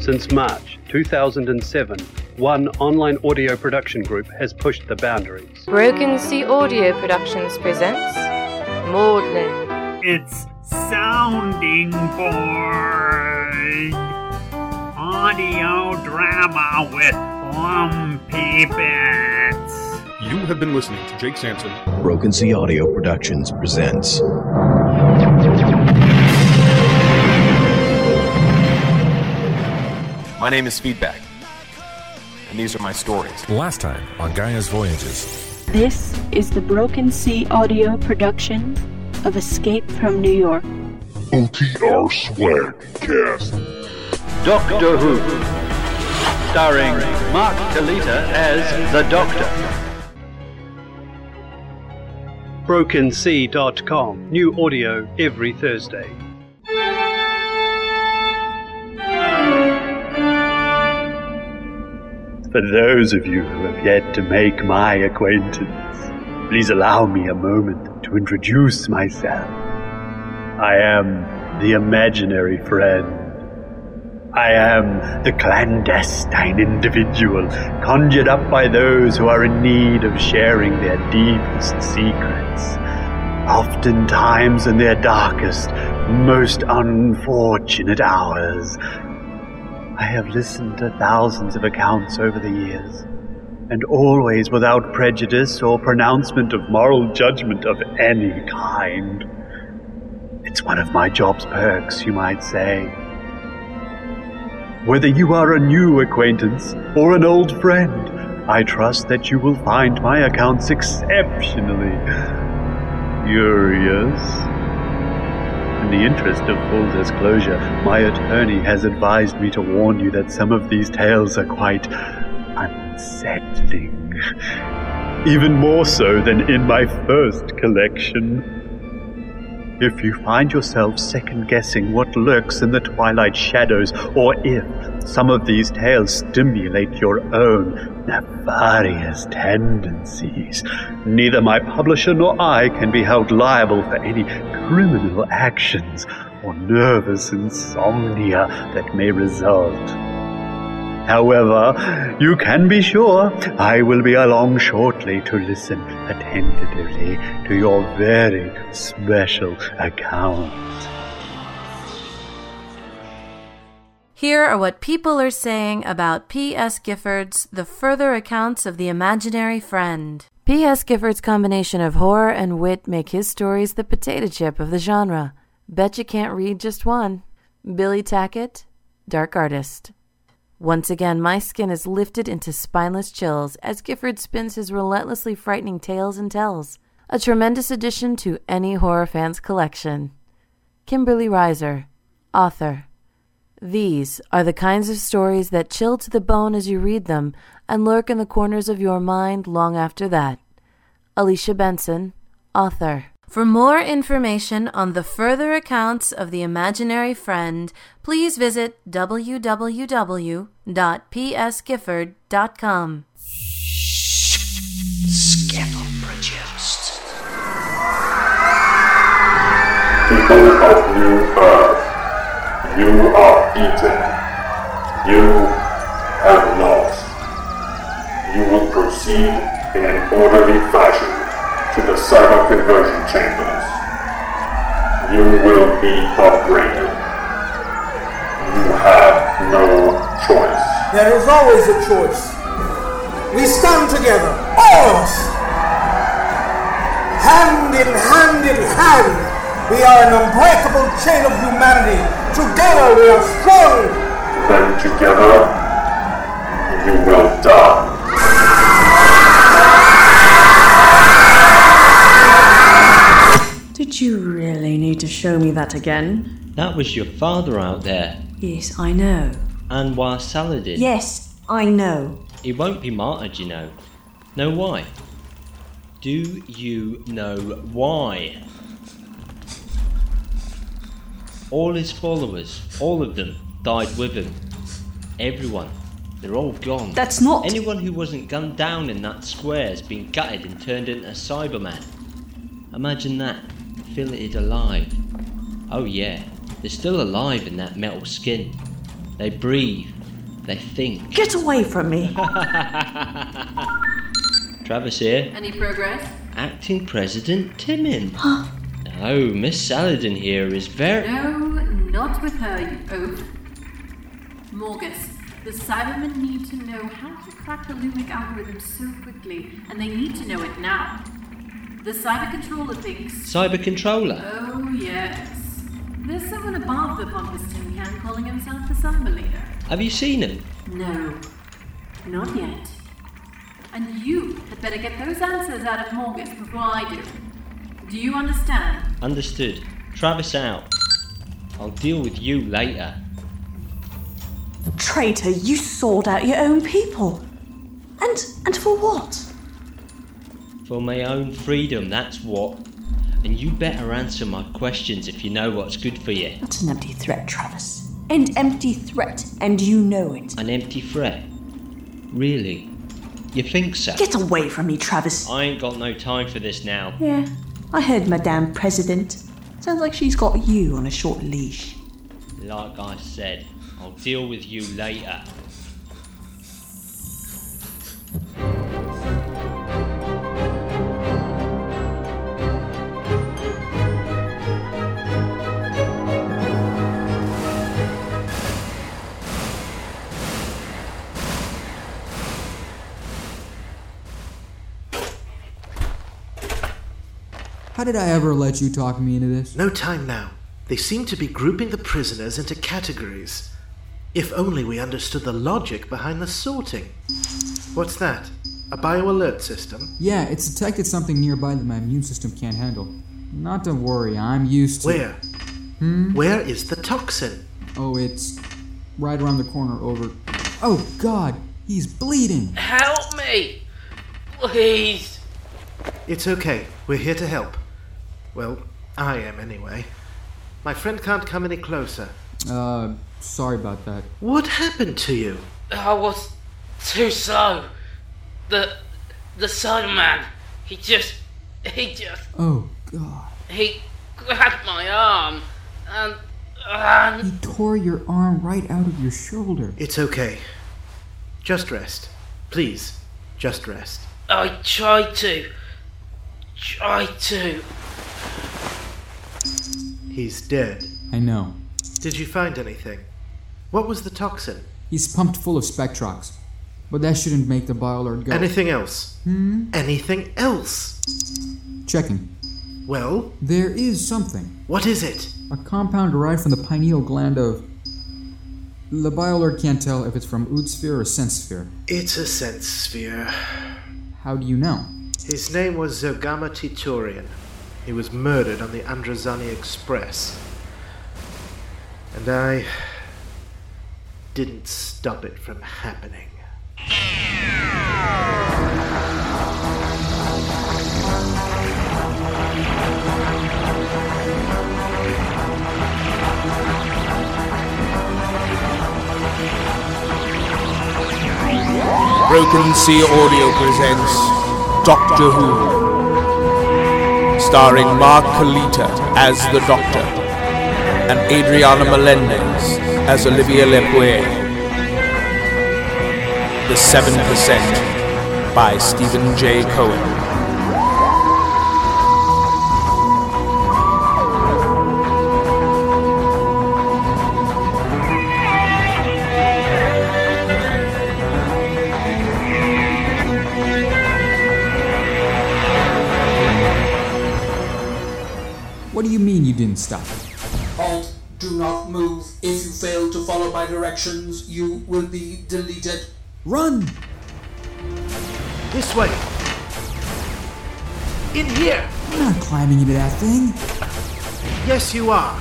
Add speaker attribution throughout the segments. Speaker 1: Since March 2007, one online audio production group has pushed the boundaries.
Speaker 2: Broken Sea Audio Productions presents Maudlin.
Speaker 3: It's Sounding Board. Audio drama with Lumpy Bits.
Speaker 4: You have been listening to Jake Sampson.
Speaker 5: Broken Sea Audio Productions presents
Speaker 6: My name is Feedback, and these are my stories.
Speaker 7: Last time on Gaia's Voyages.
Speaker 8: This is the Broken Sea audio production of Escape from New York.
Speaker 9: OTR Swag Cast.
Speaker 1: Doctor Who, starring Mark Kalita as the Doctor. BrokenSea.com, new audio every Thursday.
Speaker 10: For those of you who have yet to make my acquaintance, please allow me a moment to introduce myself. I am the imaginary friend. I am the clandestine individual conjured up by those who are in need of sharing their deepest secrets, oftentimes in their darkest, most unfortunate hours. I have listened to thousands of accounts over the years, and always without prejudice or pronouncement of moral judgment of any kind. It's one of my job's perks, you might say. Whether you are a new acquaintance or an old friend, I trust that you will find my accounts exceptionally curious. In the interest of full disclosure, my attorney has advised me to warn you that some of these tales are quite unsettling. Even more so than in my first collection. If you find yourself second guessing what lurks in the twilight shadows, or if some of these tales stimulate your own nefarious tendencies, neither my publisher nor I can be held liable for any criminal actions or nervous insomnia that may result. However, you can be sure I will be along shortly to listen attentively to your very special account.
Speaker 2: Here are what people are saying about P.S. Gifford's The Further Accounts of the Imaginary Friend. P.S. Gifford's combination of horror and wit make his stories the potato chip of the genre. Bet you can't read just one. Billy Tackett, Dark Artist. Once again, my skin is lifted into spineless chills as Gifford spins his relentlessly frightening tales and tells. A tremendous addition to any horror fan's collection. Kimberly Reiser, author. These are the kinds of stories that chill to the bone as you read them and lurk in the corners of your mind long after that. Alicia Benson, author. For more information on the further accounts of the imaginary friend, please visit www.psgifford.com.
Speaker 9: People of New Earth, you are eaten. You have lost. You will proceed in an orderly fashion to the cyber conversion chambers. You will be upgraded. You have no choice.
Speaker 11: There is always a choice. We stand together, all of us. Hand in hand in hand, we are an unbreakable chain of humanity. Together we are strong.
Speaker 9: Then together, you will die.
Speaker 8: Did you really need to show me that again?
Speaker 12: That was your father out there,
Speaker 8: Yes, I know.
Speaker 12: Anwar Saladin.
Speaker 8: Yes, I know.
Speaker 12: He won't be martyred, you know. Know why? Do you know why? All his followers, all of them, died with him. Everyone. They're all gone.
Speaker 8: That's not.
Speaker 12: Anyone who wasn't gunned down in that square has been gutted and turned into a Cyberman. Imagine that, filleted alive. Oh yeah, they're still alive in that metal skin. They breathe. They think.
Speaker 13: Get away from me!
Speaker 12: Travis here,
Speaker 14: Any progress?
Speaker 12: acting president Timmins. no, Miss Saladin here is very.
Speaker 14: No, not with her, you oaf. Morgus, the Cybermen need to know how to crack the Lumic algorithm so quickly, and they need to know it now. The Cyber Controller thinks.
Speaker 12: Cyber controller.
Speaker 14: Oh, yes. There's someone above the pompous tin can calling himself the Cyber Leader.
Speaker 12: Have you seen him?
Speaker 14: No, not yet. And you had better get those answers out of Morgus before I do. Do you understand?
Speaker 12: Understood. Travis out. I'll deal with you later.
Speaker 13: Traitor, you sold out your own people. And and for what?
Speaker 12: For my own freedom, that's what. And you better answer my questions if you know what's good for you.
Speaker 13: That's an empty threat, Travis. An empty threat, and you know it.
Speaker 12: An empty threat? Really? You think so?
Speaker 13: Get away from me, Travis.
Speaker 12: I ain't got no time for this now.
Speaker 13: Yeah, I heard Madame President. Sounds like she's got you on a short leash.
Speaker 12: Like I said, I'll deal with you later.
Speaker 15: How did I ever let you talk me into this?
Speaker 16: No time now. They seem to be grouping the prisoners into categories. If only we understood the logic behind the sorting. What's that? A bio alert system?
Speaker 15: Yeah, it's detected something nearby that my immune system can't handle. Not to worry, I'm used to.
Speaker 16: Where?
Speaker 15: Hmm?
Speaker 16: Where is the toxin?
Speaker 15: Oh, it's right around the corner over. Oh, God! He's bleeding!
Speaker 17: Help me! Please!
Speaker 16: It's okay. We're here to help. Well, I am anyway. My friend can't come any closer.
Speaker 15: Uh, sorry about that.
Speaker 16: What happened to you?
Speaker 17: I was too slow. The the sun man. He just he just
Speaker 15: Oh, God.
Speaker 17: he grabbed my arm and and
Speaker 15: He tore your arm right out of your shoulder.
Speaker 16: It's okay. Just rest. Please, just rest.
Speaker 17: I tried to tried to
Speaker 16: He's dead.
Speaker 15: I know.
Speaker 16: Did you find anything? What was the toxin?
Speaker 15: He's pumped full of Spectrox. But that shouldn't make the biolord go.
Speaker 16: Anything else?
Speaker 15: Hmm?
Speaker 16: Anything else?
Speaker 15: Checking.
Speaker 16: Well,
Speaker 15: There is something.
Speaker 16: what is it?
Speaker 15: A compound derived from the pineal gland of. The biolord can't tell if it's from Ood sphere or Sense sphere.
Speaker 16: It's a sense sphere.
Speaker 15: How do you know?
Speaker 16: His name was Zogama Titorian. He was murdered on the Andrazani Express. And I didn't stop it from happening.
Speaker 18: Broken Sea Audio presents Doctor Who, starring Mark Kalita as the Doctor and Adriana Melendez as Olivia Lepuy. The Seven Percent by Stephen J. Cohen.
Speaker 15: What do you mean you didn't stop it?
Speaker 19: Halt, do not move. If you fail to follow my directions, you will be deleted.
Speaker 15: Run!
Speaker 16: This way! In here!
Speaker 15: I'm not climbing into that thing.
Speaker 16: Yes, you are!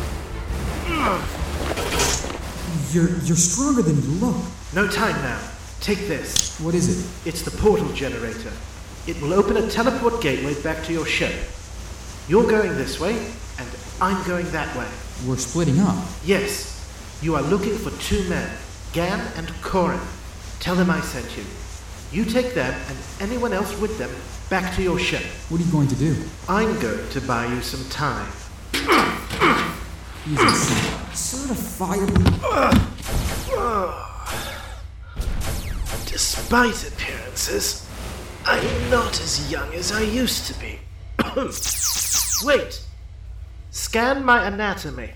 Speaker 15: You're you're stronger than you look.
Speaker 16: No time now. Take this.
Speaker 15: What is it?
Speaker 16: It's the portal generator. It will open a teleport gateway back to your ship. You're going this way, and I'm going that way.
Speaker 15: We're splitting up.
Speaker 16: Yes, you are looking for two men, Gan and Corin. Tell them I sent you. You take them and anyone else with them back to your ship.
Speaker 15: What are you going to do?
Speaker 16: I'm going to buy you some time.
Speaker 15: He's a certifiably
Speaker 16: Despite appearances, I'm not as young as I used to be. Wait! Scan my anatomy.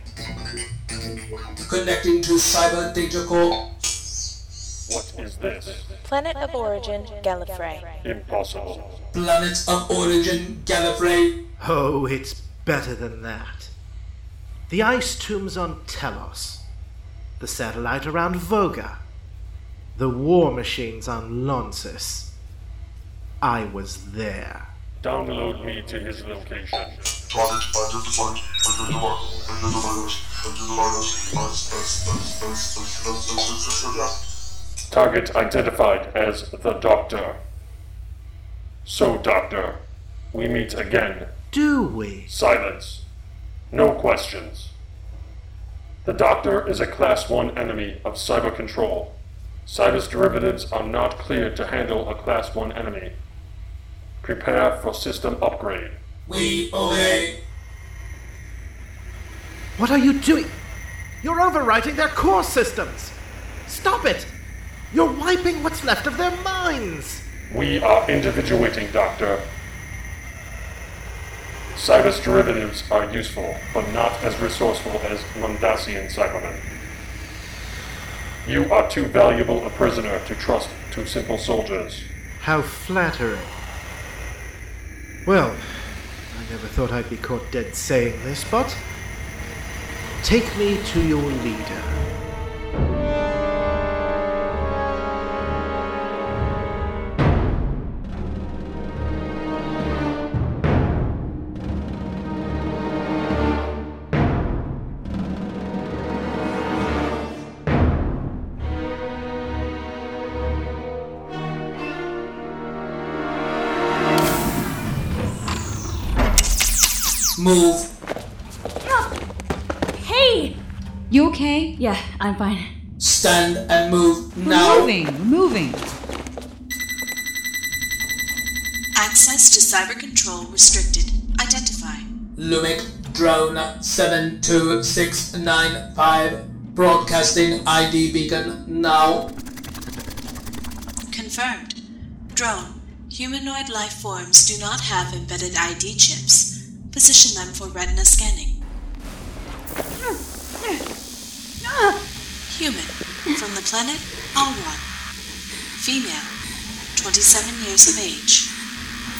Speaker 19: Connecting to Cyber Data Core.
Speaker 9: What is this?
Speaker 20: Planet of Origin, Gallifrey.
Speaker 9: Impossible.
Speaker 19: Planet of Origin, Gallifrey.
Speaker 16: Oh, it's better than that. The ice tombs on Telos, the satellite around Voga, the war machines on Lonsis. I was there.
Speaker 9: Download me to his location. Target identified as the Doctor. So, Doctor, we meet again.
Speaker 16: Do we?
Speaker 9: Silence. No questions. The Doctor is a Class 1 enemy of Cyber Control. Cyber's derivatives are not cleared to handle a Class 1 enemy. Prepare for system upgrade.
Speaker 19: We obey.
Speaker 16: What are you doing? You're overwriting their core systems! Stop it! You're wiping what's left of their minds!
Speaker 9: We are individuating, Doctor. Cyber's derivatives are useful, but not as resourceful as Lundassian Cybermen. You are too valuable a prisoner to trust to simple soldiers.
Speaker 16: How flattering. Well, I never thought I'd be caught dead saying this, but. Take me to your leader.
Speaker 19: Move.
Speaker 21: Hey! You okay? Yeah, I'm fine.
Speaker 19: Stand and move
Speaker 21: We're
Speaker 19: now.
Speaker 21: moving, we're moving.
Speaker 8: Access to cyber control restricted. Identify.
Speaker 19: Lumic Drone 72695. Broadcasting ID beacon now.
Speaker 8: Confirmed. Drone. Humanoid life forms do not have embedded ID chips. Position them for retina scanning. Human. From the planet Alwan. Female. 27 years of age.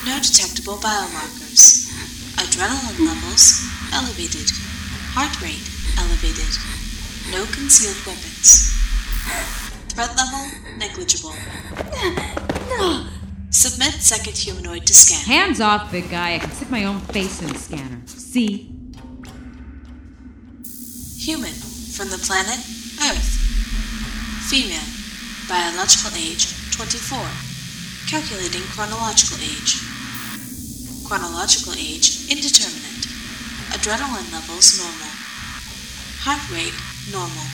Speaker 8: No detectable biomarkers. Adrenaline levels elevated. Heart rate elevated. No concealed weapons. Threat level negligible. Submit second humanoid to scan.
Speaker 21: Hands off, big guy. I can stick my own face in the scanner. See?
Speaker 8: Human from the planet Earth. Female. Biological age 24. Calculating chronological age. Chronological age indeterminate. Adrenaline levels normal. Heart rate normal.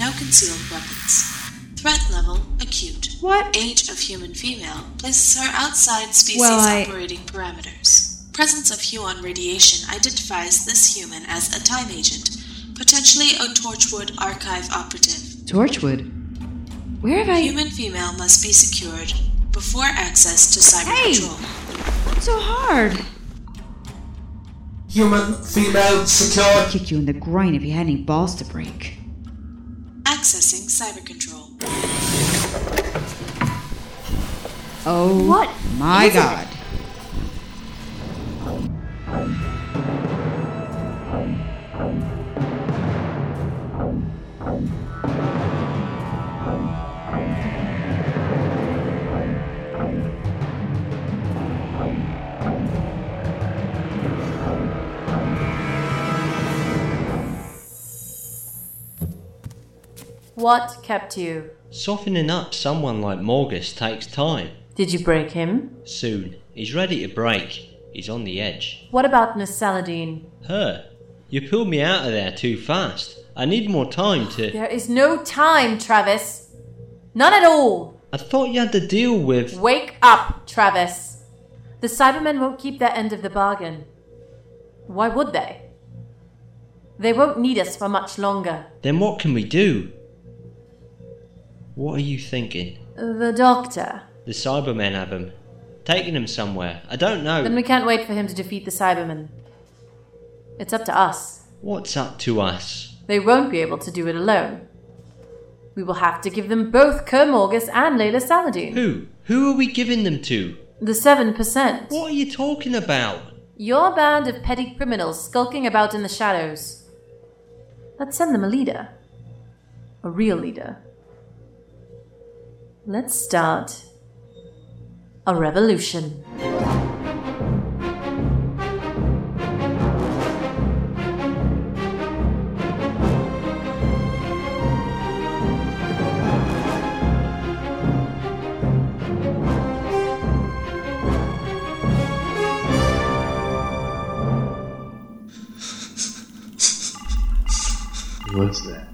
Speaker 8: No concealed weapons. Threat level acute.
Speaker 21: What?
Speaker 8: Age of human female places her outside species
Speaker 21: Well, I-
Speaker 8: operating parameters. Presence of Huon radiation identifies this human as a time agent, potentially a Torchwood archive operative.
Speaker 21: Torchwood. Where have I-
Speaker 8: Human female must be secured before access to cyber control.
Speaker 21: It's so hard.
Speaker 19: Human female
Speaker 21: I'd
Speaker 19: secured.
Speaker 21: kick you in the groin if you had any balls to break.
Speaker 8: Accessing cyber control.
Speaker 21: Oh.
Speaker 8: What
Speaker 21: My
Speaker 8: is it?
Speaker 21: God.
Speaker 14: What kept you?
Speaker 12: Softening up someone like Morgus takes time.
Speaker 14: Did you break him?
Speaker 12: Soon. He's ready to break. He's on the edge.
Speaker 14: What about Miss Saladin?
Speaker 12: Her. You pulled me out of there too fast. I need more time to.
Speaker 14: There is no time, Travis. None at all.
Speaker 12: I thought you had to deal with.
Speaker 14: Wake up, Travis. The Cybermen won't keep their end of the bargain. Why would they? They won't need us for much longer.
Speaker 12: Then what can we do? What are you thinking?
Speaker 14: The doctor.
Speaker 12: The Cybermen have him. Taking him somewhere. I don't know.
Speaker 14: Then we can't wait for him to defeat the Cybermen. It's up to us.
Speaker 12: What's up to us?
Speaker 14: They won't be able to do it alone. We will have to give them both Kermorgus and Layla Saladin.
Speaker 12: Who? Who are we giving them to?
Speaker 14: The 7%.
Speaker 12: What are you talking about?
Speaker 14: Your band of petty criminals skulking about in the shadows. Let's send them a leader. A real leader. Let's start a revolution.
Speaker 10: What's that?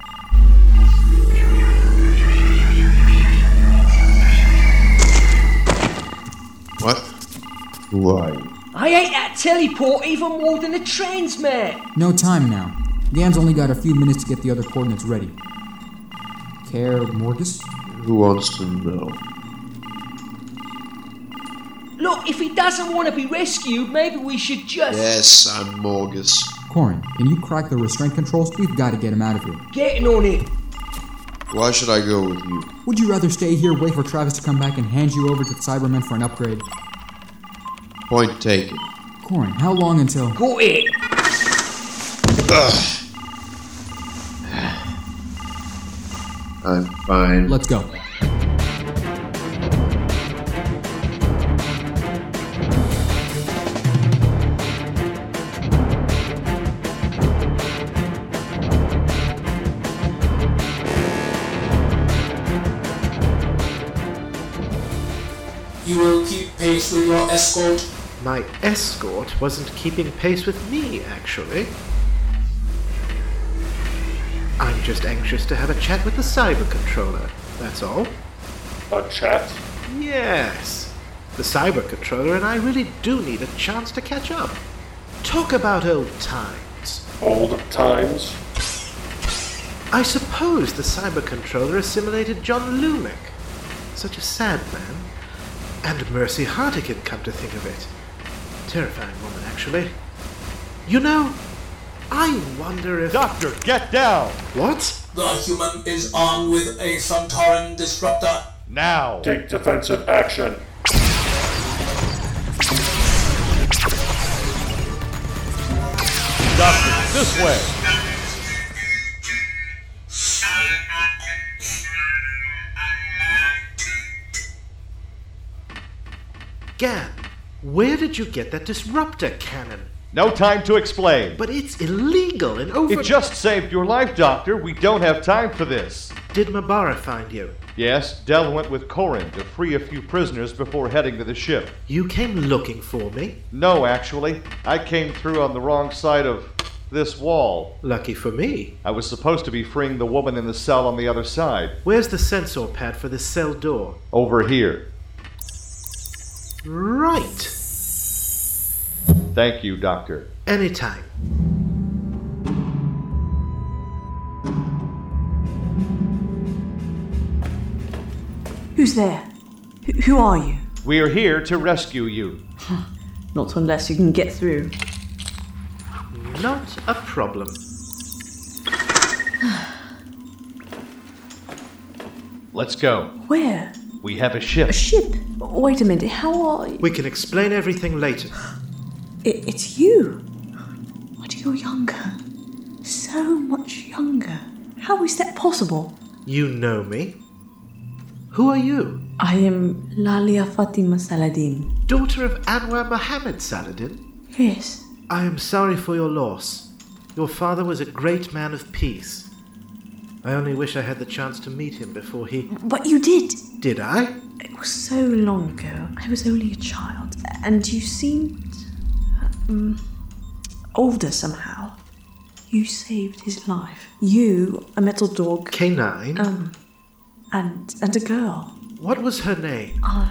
Speaker 22: What? Who are you?
Speaker 23: I hate that teleport even more than the trains, mate.
Speaker 15: No time now. Gam's only got a few minutes to get the other coordinates ready. Care Morgus?
Speaker 22: Who wants to know?
Speaker 23: Look, if he doesn't want to be rescued, maybe we should just
Speaker 22: Yes, I'm Morgus.
Speaker 15: Corin, can you crack the restraint controls? We've got to get him out of here.
Speaker 23: getting on it.
Speaker 22: Why should I go with you?
Speaker 15: Would you rather stay here, wait for Travis to come back, and hand you over to the Cybermen for an upgrade?
Speaker 22: Point taken.
Speaker 15: Corin, how long until.
Speaker 23: Got it.
Speaker 22: Ugh. I'm fine.
Speaker 15: Let's go.
Speaker 19: You will keep pace with your escort.
Speaker 16: My escort wasn't keeping pace with me, actually. I'm just anxious to have a chat with the cyber controller, that's all.
Speaker 9: A chat?
Speaker 16: Yes. The cyber controller and I really do need a chance to catch up. Talk about old times.
Speaker 9: Old times?
Speaker 16: I suppose the cyber controller assimilated John Lumick. Such a sad man. And Mercy Hartigan, come to think of it. Terrifying woman, actually. You know, I wonder if.
Speaker 18: Doctor, get down!
Speaker 16: What?
Speaker 19: The human is armed with a Santaran disruptor.
Speaker 18: Now!
Speaker 9: Take defensive action.
Speaker 18: Doctor, this way!
Speaker 16: Gab, where did you get that disruptor cannon?
Speaker 24: No time to explain.
Speaker 16: But it's illegal and over.
Speaker 24: It just saved your life, Doctor. We don't have time for this.
Speaker 16: Did Mabara find you?
Speaker 24: Yes, Dell went with Corin to free a few prisoners before heading to the ship.
Speaker 16: You came looking for me.
Speaker 24: No, actually. I came through on the wrong side of this wall.
Speaker 16: Lucky for me.
Speaker 24: I was supposed to be freeing the woman in the cell on the other side.
Speaker 16: Where's the sensor pad for the cell door?
Speaker 24: Over here.
Speaker 16: Right.
Speaker 24: Thank you, Doctor.
Speaker 16: Anytime.
Speaker 13: Who's there? Wh- who are you?
Speaker 24: We are here to rescue you.
Speaker 13: Not unless you can get through.
Speaker 16: Not a problem.
Speaker 24: Let's go.
Speaker 13: Where?
Speaker 24: We have a ship.
Speaker 13: A ship? Wait a minute, how are you?
Speaker 16: We can explain everything later.
Speaker 13: It, it's you. What, you're younger? So much younger. How is that possible?
Speaker 16: You know me. Who are you?
Speaker 13: I am Lalia Fatima Saladin.
Speaker 16: Daughter of Anwar Mohammed Saladin?
Speaker 13: Yes.
Speaker 16: I am sorry for your loss. Your father was a great man of peace. I only wish I had the chance to meet him before he.
Speaker 13: But you did.
Speaker 16: Did I?
Speaker 13: It was so long ago. I was only a child. And you seemed. Um, older somehow. You saved his life. You, a metal dog.
Speaker 16: Canine?
Speaker 13: Um. And, and a girl. Ah,
Speaker 16: What was her name?
Speaker 13: I,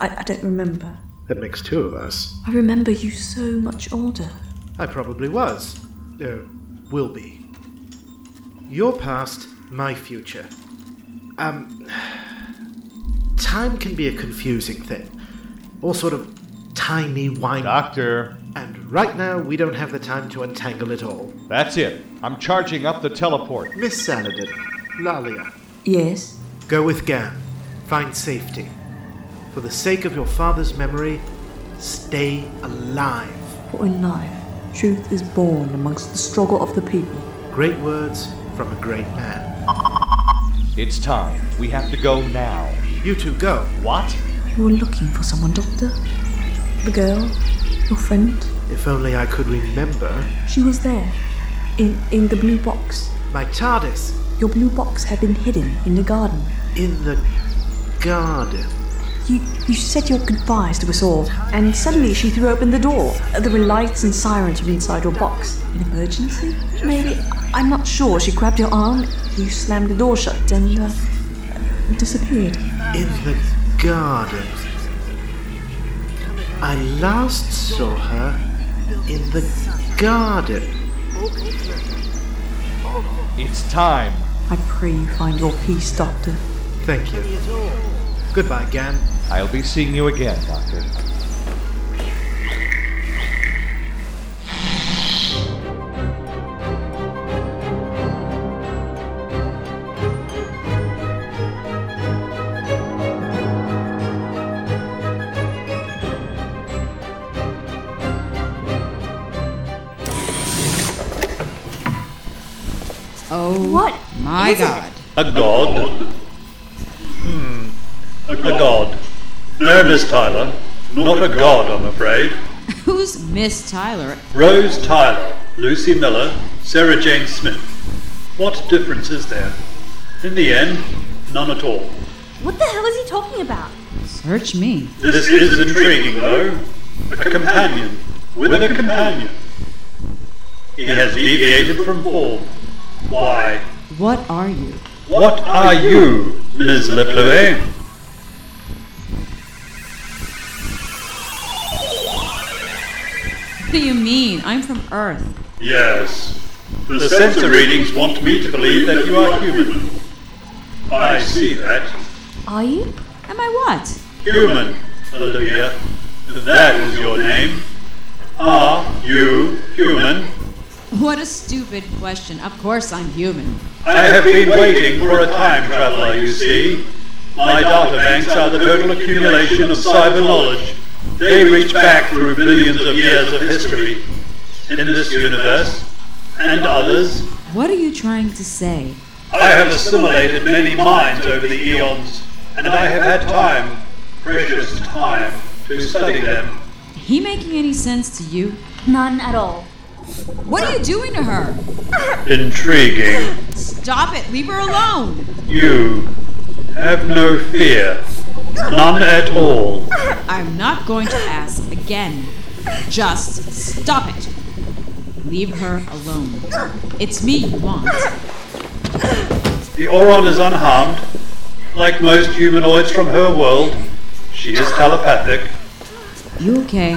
Speaker 13: I don't remember.
Speaker 16: That makes two of us.
Speaker 13: I remember you so much older.
Speaker 16: I probably was. Uh, will be. Your past, my future. Um, time can be a confusing thing. All sort of timey wimey.
Speaker 24: Doctor.
Speaker 16: And right now, we don't have the time to untangle it all.
Speaker 24: That's it. I'm charging up the teleport.
Speaker 16: Miss Saladin, Lalia,
Speaker 13: Yes.
Speaker 16: go with Gan. Find safety. For the sake of your father's memory, stay alive.
Speaker 13: For in life, truth is born amongst the struggle of the people.
Speaker 16: Great words from a great man.
Speaker 24: It's time. We have to go now.
Speaker 16: You two go.
Speaker 24: What?
Speaker 13: You were looking for someone, Doctor? The girl? Your friend?
Speaker 16: If only I could remember.
Speaker 13: She was there. In, in the blue box.
Speaker 16: My TARDIS!
Speaker 13: Your blue box had been hidden in the garden.
Speaker 16: In the garden.
Speaker 13: You, you said your goodbyes to us all, and suddenly she threw open the door. There were lights and sirens from inside your box. An emergency? Maybe. I'm not sure. She grabbed your arm, you slammed the door shut, and uh, disappeared.
Speaker 16: In the garden. I last saw her in the garden.
Speaker 24: It's time.
Speaker 13: I pray you find your peace, Doctor.
Speaker 16: Thank you. Goodbye, Gan.
Speaker 24: I'll be seeing you again, Doctor.
Speaker 21: Oh.
Speaker 14: What
Speaker 21: My
Speaker 14: is it?
Speaker 21: God.
Speaker 1: A god? Hmm. A god. No, Miss Tyler. Not a god, I'm afraid.
Speaker 21: Who's Miss Tyler?
Speaker 1: Rose Tyler, Lucy Miller, Sarah Jane Smith. What difference is there? In the end, none at all.
Speaker 25: What the hell is he talking about?
Speaker 21: Search me.
Speaker 1: This is intriguing, though. A companion. With a companion. He has deviated from form. Why?
Speaker 21: What are you?
Speaker 1: What are you, Ms. Leplevin?
Speaker 21: What do you mean? I'm from Earth.
Speaker 1: Yes. The sensor readings want me to believe that you are human. I see that.
Speaker 21: Are you? Am I what?
Speaker 1: Human, Olivia. That is your name. Are you human?
Speaker 21: What a stupid question. Of course I'm human.
Speaker 1: I have been waiting for a time traveler, you see. My data banks are the total accumulation of cyber knowledge. They reach back through billions of years of history. In this universe, and others,
Speaker 21: What are you trying to say?
Speaker 1: I have assimilated many minds over the eons, and I have had time, precious time, to study them.
Speaker 21: He making any sense to you?
Speaker 25: None at all.
Speaker 21: What are you doing to her?
Speaker 1: Intriguing.
Speaker 21: Stop it. Leave her alone.
Speaker 1: You have no fear. None at all.
Speaker 21: I'm not going to ask again. Just stop it. Leave her alone. It's me you want.
Speaker 1: The Oron is unharmed. Like most humanoids from her world, she is telepathic.
Speaker 21: You okay?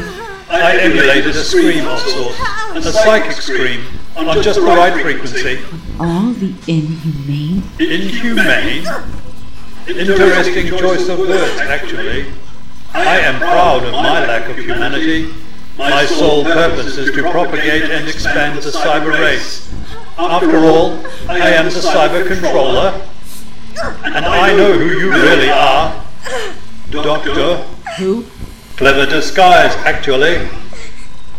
Speaker 1: I emulated a scream of sorts, a psychic scream, on just the right frequency.
Speaker 21: All the inhumane.
Speaker 1: Inhumane? Interesting choice of words, actually. I am proud of my lack of humanity. My sole purpose is to propagate and expand the cyber race. After all, I am the cyber controller, and I know who you really are. Doctor.
Speaker 21: Who?
Speaker 1: Clever disguise, actually.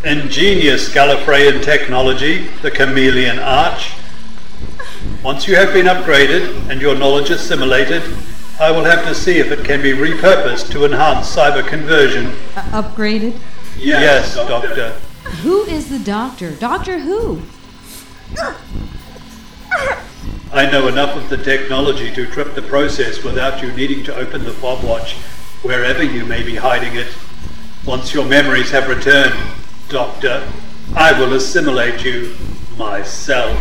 Speaker 1: Ingenious Gallifreyan technology, the chameleon arch. Once you have been upgraded and your knowledge assimilated, I will have to see if it can be repurposed to enhance cyber conversion.
Speaker 21: Uh, upgraded?
Speaker 1: Yes, Doctor.
Speaker 21: Who is the doctor? Doctor who?
Speaker 1: I know enough of the technology to trip the process without you needing to open the fob watch, wherever you may be hiding it. Once your memories have returned, Doctor, I will assimilate you myself.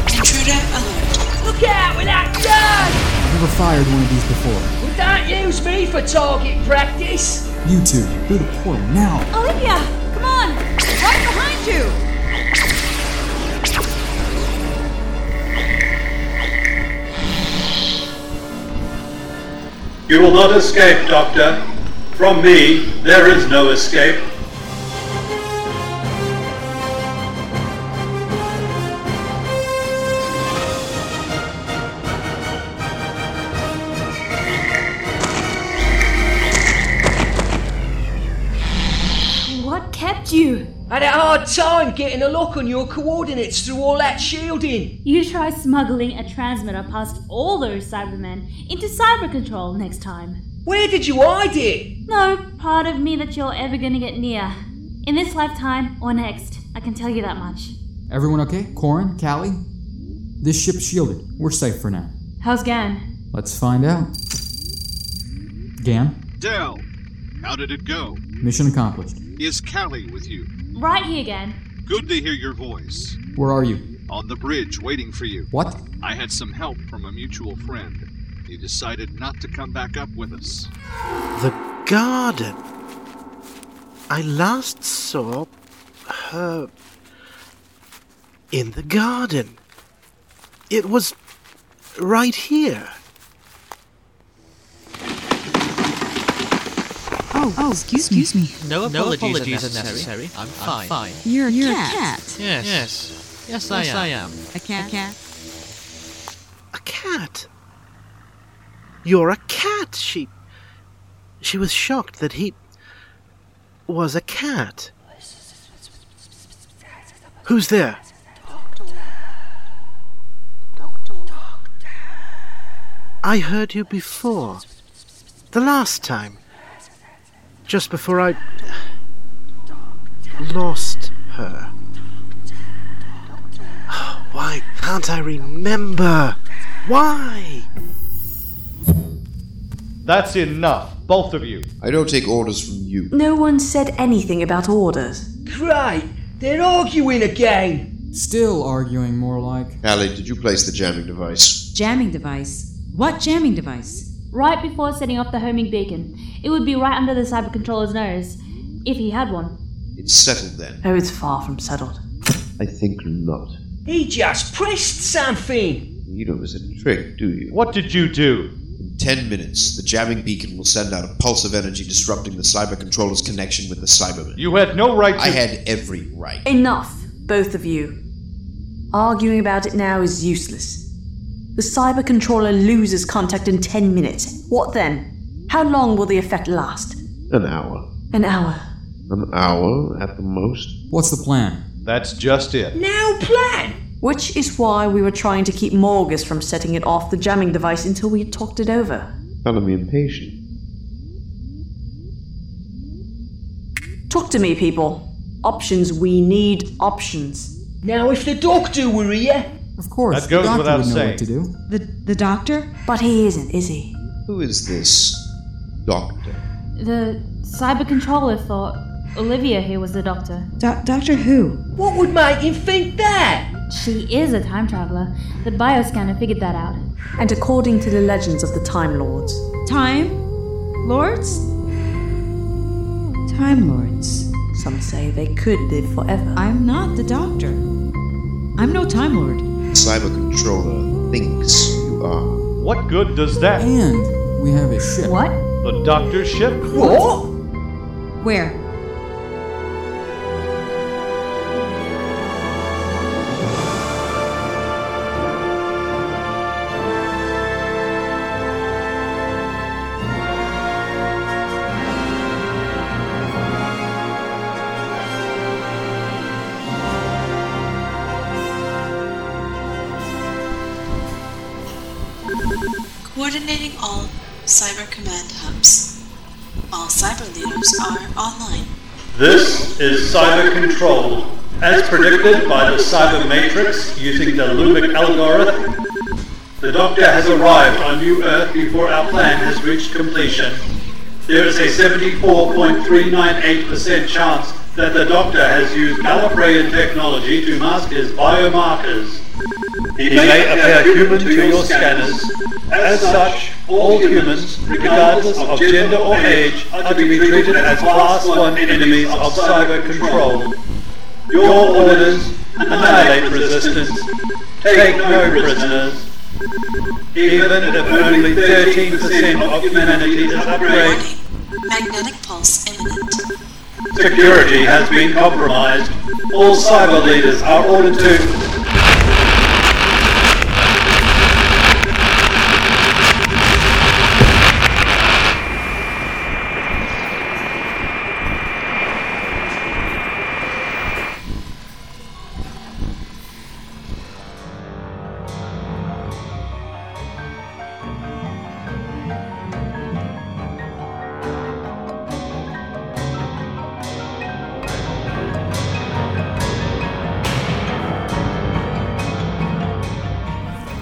Speaker 8: Intruder alert.
Speaker 23: Look out with that gun!
Speaker 15: I've never fired one of these before.
Speaker 23: Well, don't use me for target practice.
Speaker 15: You two, through the portal now.
Speaker 25: Olivia, come on!
Speaker 21: Right behind you!
Speaker 1: You will not escape, Doctor. From me, there is no escape.
Speaker 23: What kept you? Had a hard time getting a lock on your coordinates through all that shielding.
Speaker 25: You try smuggling a transmitter past all those Cybermen into cyber control next time.
Speaker 23: Where did you hide it?
Speaker 25: No part of me that you're ever gonna get near. In this lifetime or next, I can tell you that much.
Speaker 15: Everyone okay? Corin? Callie? This ship's shielded. We're safe for now.
Speaker 25: How's Gan?
Speaker 15: Let's find out. Gan,
Speaker 26: Dell, how did it go?
Speaker 15: mission accomplished.
Speaker 26: Is Callie with you?
Speaker 25: Right here, Gan.
Speaker 26: Good to hear your voice.
Speaker 15: Where are you?
Speaker 26: On the bridge, waiting for you.
Speaker 15: What?
Speaker 26: I had some help from a mutual friend. They decided not to come back up with us.
Speaker 16: The garden. I last saw her in the garden. It was right here.
Speaker 21: Oh, oh excuse, excuse me.
Speaker 6: No apologies, are necessary. I'm, fine.
Speaker 21: You're,
Speaker 6: You're
Speaker 21: a
Speaker 6: a
Speaker 21: cat.
Speaker 6: Yes. Yes. Yes, I, am.
Speaker 21: A cat. A cat.
Speaker 16: A cat. You're a cat. She. She was shocked that he was a cat. Who's there? I heard you before. The last time. Just before I lost her. Why can't I remember? Why?
Speaker 24: That's enough, both of you.
Speaker 22: I don't take orders from you.
Speaker 13: No one said anything about orders.
Speaker 23: Great, they're arguing again.
Speaker 15: Still arguing, more like.
Speaker 22: Callie, did you place the jamming device?
Speaker 21: Jamming device. What jamming device?
Speaker 25: Right before setting up the homing beacon, it would be right under the cyber controller's nose, if he had one.
Speaker 22: It's settled then.
Speaker 13: Oh, it's far from settled.
Speaker 22: I think not.
Speaker 23: He just pressed something.
Speaker 22: You know it's a trick, do you?
Speaker 24: What did you do?
Speaker 22: In ten minutes, the jamming beacon will send out a pulse of energy disrupting the cyber controller's connection with the Cyberman.
Speaker 24: You had no right to.
Speaker 22: I had every right.
Speaker 13: Enough, both of you. Arguing about it now is useless. The cyber controller loses contact in 10 minutes. What then? How long will the effect last?
Speaker 22: An hour.
Speaker 13: An hour.
Speaker 22: An hour at the most.
Speaker 15: What's the plan?
Speaker 24: That's just it.
Speaker 13: Now plan! Which is why we were trying to keep Morgus from setting it off the jamming device until we had talked it over.
Speaker 22: Telling me impatient.
Speaker 13: Talk to me, people. Options, we need options.
Speaker 23: Now, if the doctor were here,
Speaker 15: Of course.
Speaker 24: That goes
Speaker 15: the doctor
Speaker 24: without
Speaker 15: would know
Speaker 24: saying.
Speaker 15: What to do.
Speaker 21: The the doctor?
Speaker 13: But he isn't, is he?
Speaker 22: Who is this doctor?
Speaker 25: The cyber controller thought Olivia here was the doctor.
Speaker 21: Do- doctor who?
Speaker 23: what would make him think that?
Speaker 25: She is a time traveler. The bioscanner figured that out.
Speaker 13: And according to the legends of the Time Lords,
Speaker 21: Time Lords? Time Lords.
Speaker 13: some say they could live forever.
Speaker 21: I'm not the doctor. I'm no Time Lord.
Speaker 22: The cyber controller thinks you are.
Speaker 24: What good does that?
Speaker 15: And we have a ship.
Speaker 25: What?
Speaker 24: The doctor's ship?
Speaker 23: What?
Speaker 21: Where?
Speaker 8: Coordinating all cyber command hubs. All cyber leaders are online.
Speaker 1: This is Cyber Control. As predicted by the Cyber Matrix using the Lumic algorithm, the Doctor has arrived on New Earth before our plan has reached completion. There is a 74.398% chance that the Doctor has used Gallifreyan technology to mask his biomarkers. He may appear human to your scanners. As such, all humans, regardless of gender or age, are to be treated as Class 1 enemies of cyber control. Your orders annihilate resistance, take no prisoners, Even if only 13% of humanity is upgrade,
Speaker 27: Magnetic pulse imminent.
Speaker 1: security has been compromised. All cyber leaders are ordered to.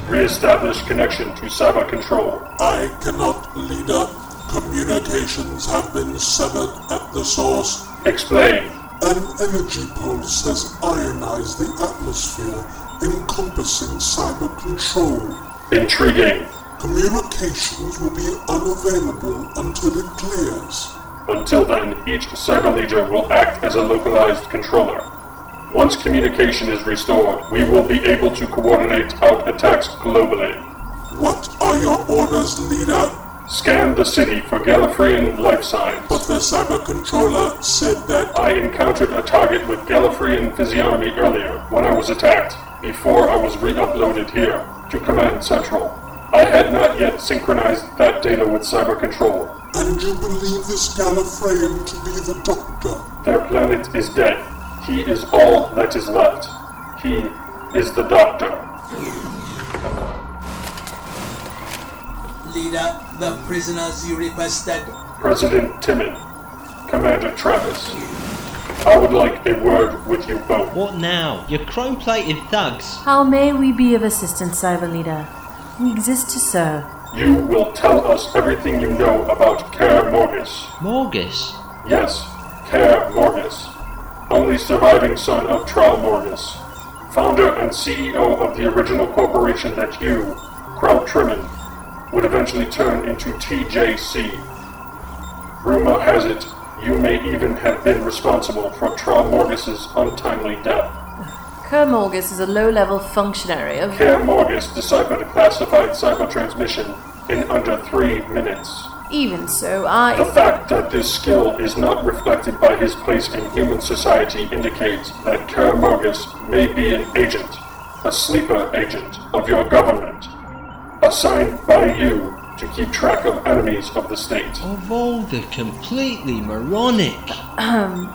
Speaker 9: Re-establish connection to cyber control.
Speaker 28: I cannot, leader. Communications have been severed at the source.
Speaker 9: Explain.
Speaker 28: An energy pulse has ionized the atmosphere, encompassing cyber control.
Speaker 9: Intriguing.
Speaker 28: Communications will be unavailable until it clears.
Speaker 9: Until then, each cyber leader will act as a localized controller. Once communication is restored, we will be able to coordinate out attacks globally.
Speaker 28: What are your orders, leader?
Speaker 9: Scan the city for Gallifreyan life signs.
Speaker 28: But the cyber controller said that
Speaker 9: I encountered a target with Gallifreyan physiognomy earlier when I was attacked, before I was re-uploaded here to Command Central. I had not yet synchronized that data with cyber control.
Speaker 28: And you believe this Gallifreyan to be the doctor?
Speaker 9: Their planet is dead. He is all that is left. He is the doctor.
Speaker 18: Leader, the prisoners you requested.
Speaker 9: President Timon, Commander Travis, I would like a word with you both.
Speaker 12: What now? You're chrome plated thugs.
Speaker 14: How may we be of assistance, Cyber Leader? We exist to serve.
Speaker 9: You will tell us everything you know about Care Morgus.
Speaker 12: Morgus?
Speaker 9: Yes, Care Morgus, only surviving son of Trau Morgus, founder and CEO of the original corporation that you, Crow Trimmon, would eventually turn into TJC. Rumor has it you may even have been responsible for Trau Morgus's untimely death.
Speaker 14: Kermorgus is a low level functionary of.
Speaker 9: Care Morgus deciphered a classified cyber transmission in under three minutes.
Speaker 14: Even so, I.
Speaker 9: The fact that this skill is not reflected by his place in human society indicates that Karamogus may be an agent, a sleeper agent of your government, assigned by you to keep track of enemies of the state.
Speaker 12: Of all the completely moronic.
Speaker 14: Ahem.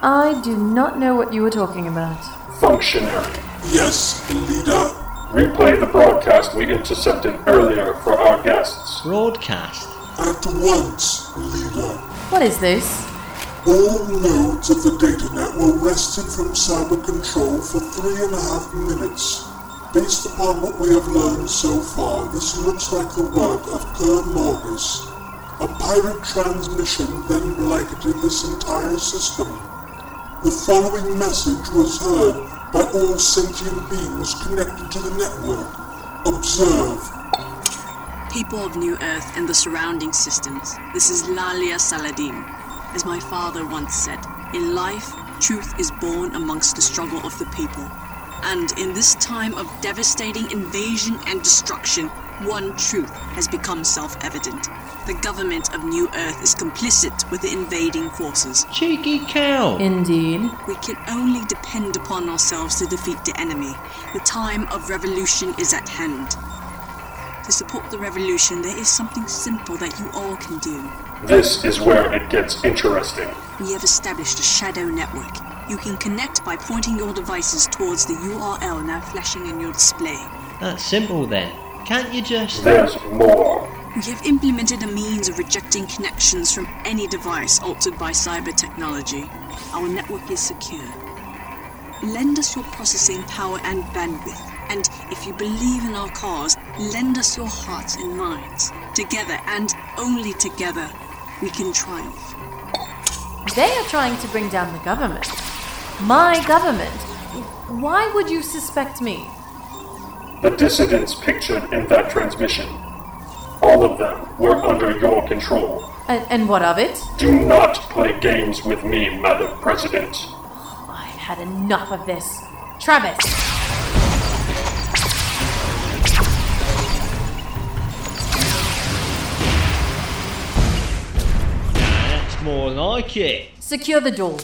Speaker 14: I do not know what you were talking about.
Speaker 9: Functionary.
Speaker 28: Yes, leader.
Speaker 9: Replay the broadcast we intercepted earlier for our guests.
Speaker 12: Broadcast?
Speaker 28: At once, leader.
Speaker 14: What is this?
Speaker 28: All nodes of the datanet were wrested from cyber control for three and a half minutes. Based upon what we have learned so far, this looks like the work of Kerr Morgus. A pirate transmission then blanketed this entire system. The following message was heard by all sentient beings connected to the network. Observe.
Speaker 13: People of New Earth and the surrounding systems, this is Lalia Saladin. As my father once said, in life, truth is born amongst the struggle of the people. And in this time of devastating invasion and destruction, one truth has become self evident. The government of New Earth is complicit with the invading forces.
Speaker 12: Cheeky cow!
Speaker 14: Indeed.
Speaker 13: We can only depend upon ourselves to defeat the enemy. The time of revolution is at hand. To support the revolution, there is something simple that you all can do.
Speaker 9: This is where it gets interesting.
Speaker 13: We have established a shadow network. You can connect by pointing your devices towards the URL now flashing in your display.
Speaker 12: That's simple then. Can't you just.
Speaker 9: There's more.
Speaker 13: We have implemented a means of rejecting connections from any device altered by cyber technology. Our network is secure. Lend us your processing power and bandwidth, and if you believe in our cause, lend us your hearts and minds. Together, and only together, we can triumph.
Speaker 14: They are trying to bring down the government. My government. Why would you suspect me?
Speaker 9: The dissidents pictured in that transmission. All of them were under your control.
Speaker 14: And, and what of it?
Speaker 9: Do not play games with me, Madam President.
Speaker 14: I've had enough of this. Travis!
Speaker 12: more like it.
Speaker 14: Secure the door.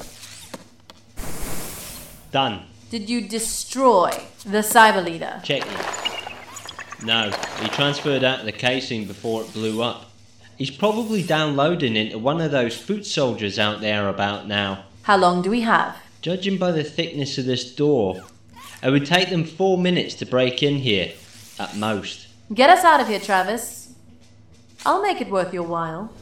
Speaker 12: Done.
Speaker 14: Did you destroy the cyber leader?
Speaker 12: Check it. No, he transferred out the casing before it blew up. He's probably downloading into one of those foot soldiers out there about now.
Speaker 14: How long do we have?
Speaker 12: Judging by the thickness of this door, it would take them four minutes to break in here, at most.
Speaker 14: Get us out of here, Travis. I'll make it worth your while.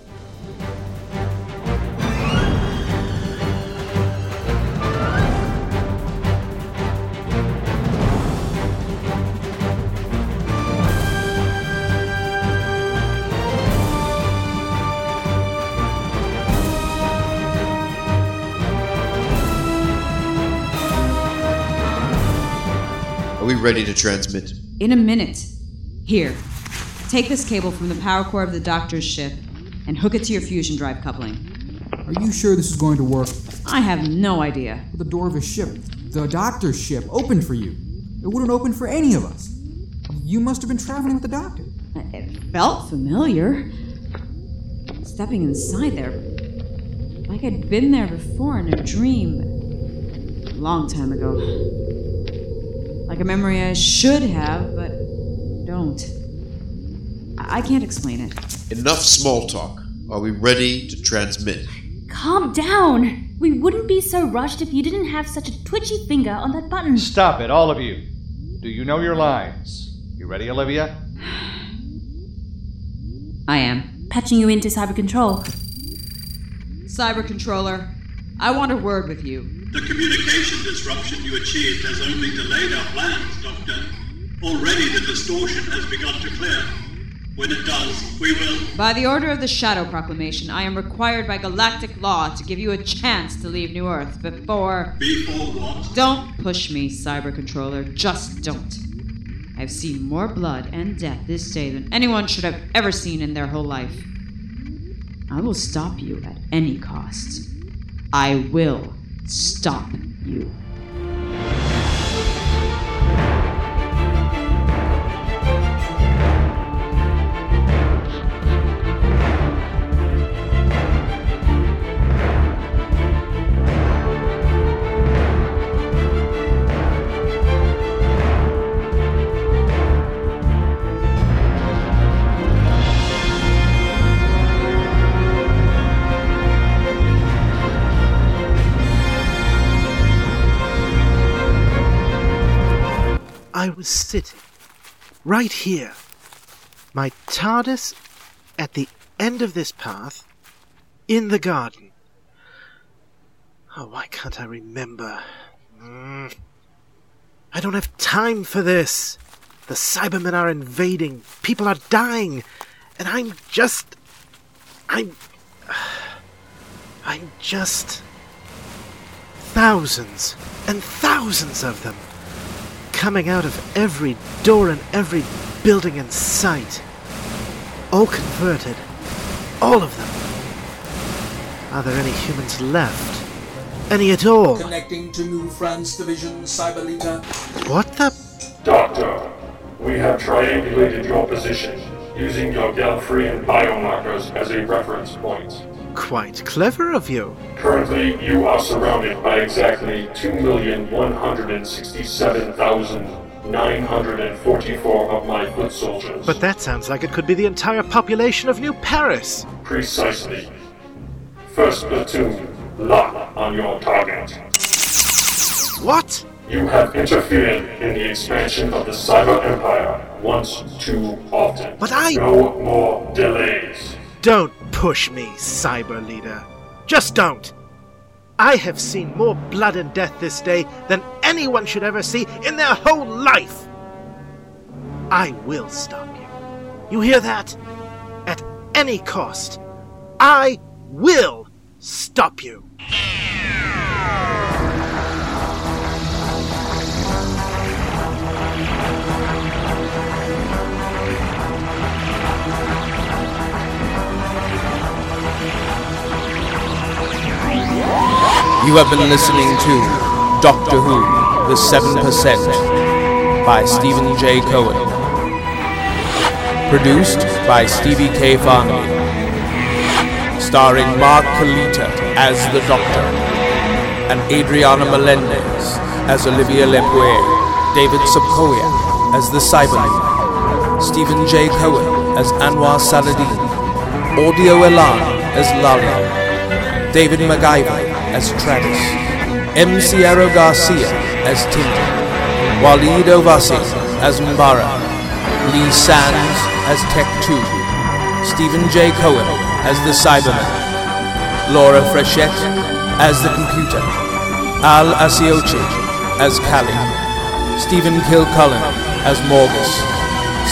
Speaker 22: Are we ready to transmit?
Speaker 21: In a minute. Here. Take this cable from the power core of the doctor's ship and hook it to your fusion drive coupling.
Speaker 15: Are you sure this is going to work?
Speaker 21: I have no idea.
Speaker 15: The door of his ship, the doctor's ship, opened for you. It wouldn't open for any of us. You must have been traveling with the doctor.
Speaker 21: Felt familiar. Stepping inside there. Like I'd been there before in a dream. A long time ago. Like a memory I should have, but don't. I I can't explain it.
Speaker 22: Enough small talk. Are we ready to transmit?
Speaker 25: Calm down! We wouldn't be so rushed if you didn't have such a twitchy finger on that button.
Speaker 24: Stop it, all of you. Do you know your lines? You ready, Olivia?
Speaker 21: I am.
Speaker 25: Patching you into cyber control.
Speaker 21: Cyber controller, I want a word with you.
Speaker 17: The communication disruption you achieved has only delayed our plans, Doctor. Already the distortion has begun to clear. When it does, we will.
Speaker 21: By the order of the Shadow Proclamation, I am required by galactic law to give you a chance to leave New Earth before.
Speaker 17: Before what?
Speaker 21: Don't push me, Cyber Controller. Just don't. I've seen more blood and death this day than anyone should have ever seen in their whole life. I will stop you at any cost. I will stop you.
Speaker 16: I was sitting right here, my TARDIS at the end of this path, in the garden. Oh, why can't I remember? Mm. I don't have time for this. The Cybermen are invading, people are dying, and I'm just. I'm. I'm just. Thousands and thousands of them coming out of every door and every building in sight. All converted. All of them. Are there any humans left? Any at all?
Speaker 19: Connecting to New France Division Cyber Leader.
Speaker 16: What the?
Speaker 9: Doctor, we have triangulated your position using your Galfrian biomarkers as a reference point.
Speaker 16: Quite clever of you.
Speaker 9: Currently, you are surrounded by exactly 2,167,944 of my foot soldiers.
Speaker 16: But that sounds like it could be the entire population of New Paris.
Speaker 9: Precisely. First platoon, lock on your target.
Speaker 16: What?
Speaker 9: You have interfered in the expansion of the Cyber Empire once too often.
Speaker 16: But I-
Speaker 9: No more delays.
Speaker 16: Don't push me, Cyber Leader. Just don't. I have seen more blood and death this day than anyone should ever see in their whole life. I will stop you. You hear that? At any cost. I will stop you.
Speaker 18: You have been listening to Doctor Who, The 7% by Stephen J. Cohen. Produced by Stevie K. Farnham. starring Mark Kalita as the Doctor and Adriana Melendez as Olivia Lepuer, David Sapkowiak as the Cyberman, Stephen J. Cohen as Anwar Saladin, Audio Elan as Lala, David MacGyver as Travis, M. Sierra Garcia as Tintin, Waleed Ovasi as Mbara, Lee Sands as Tech 2. Stephen J. Cohen as the Cyberman, Laura Frechette as the computer, Al Asiochi as Callie, Stephen Kilcullen as Morgus,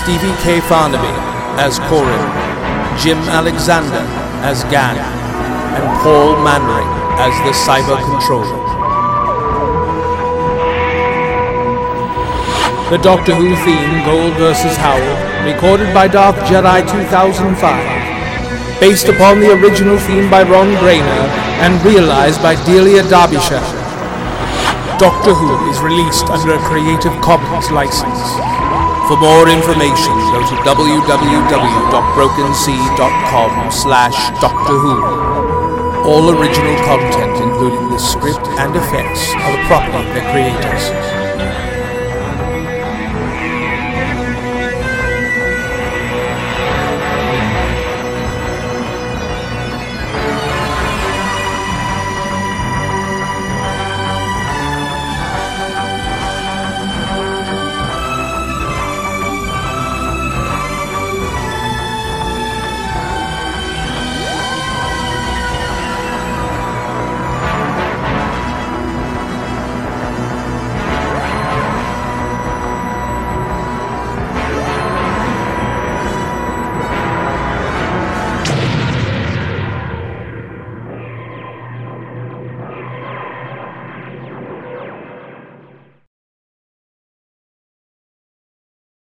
Speaker 18: Stevie K. Farnaby as Corin, Jim Alexander as Gan, and Paul Mannering as the Cyber Controller. The Doctor Who theme, Gold vs. Howell, recorded by Dark Jedi 2005. Based upon the original theme by Ron Grainer and realized by Delia Derbyshire. Doctor Who is released under a Creative Commons license. For more information, go to www.brokenc.com slash Doctor Who. All original content, including the script and effects, are the property of their creators.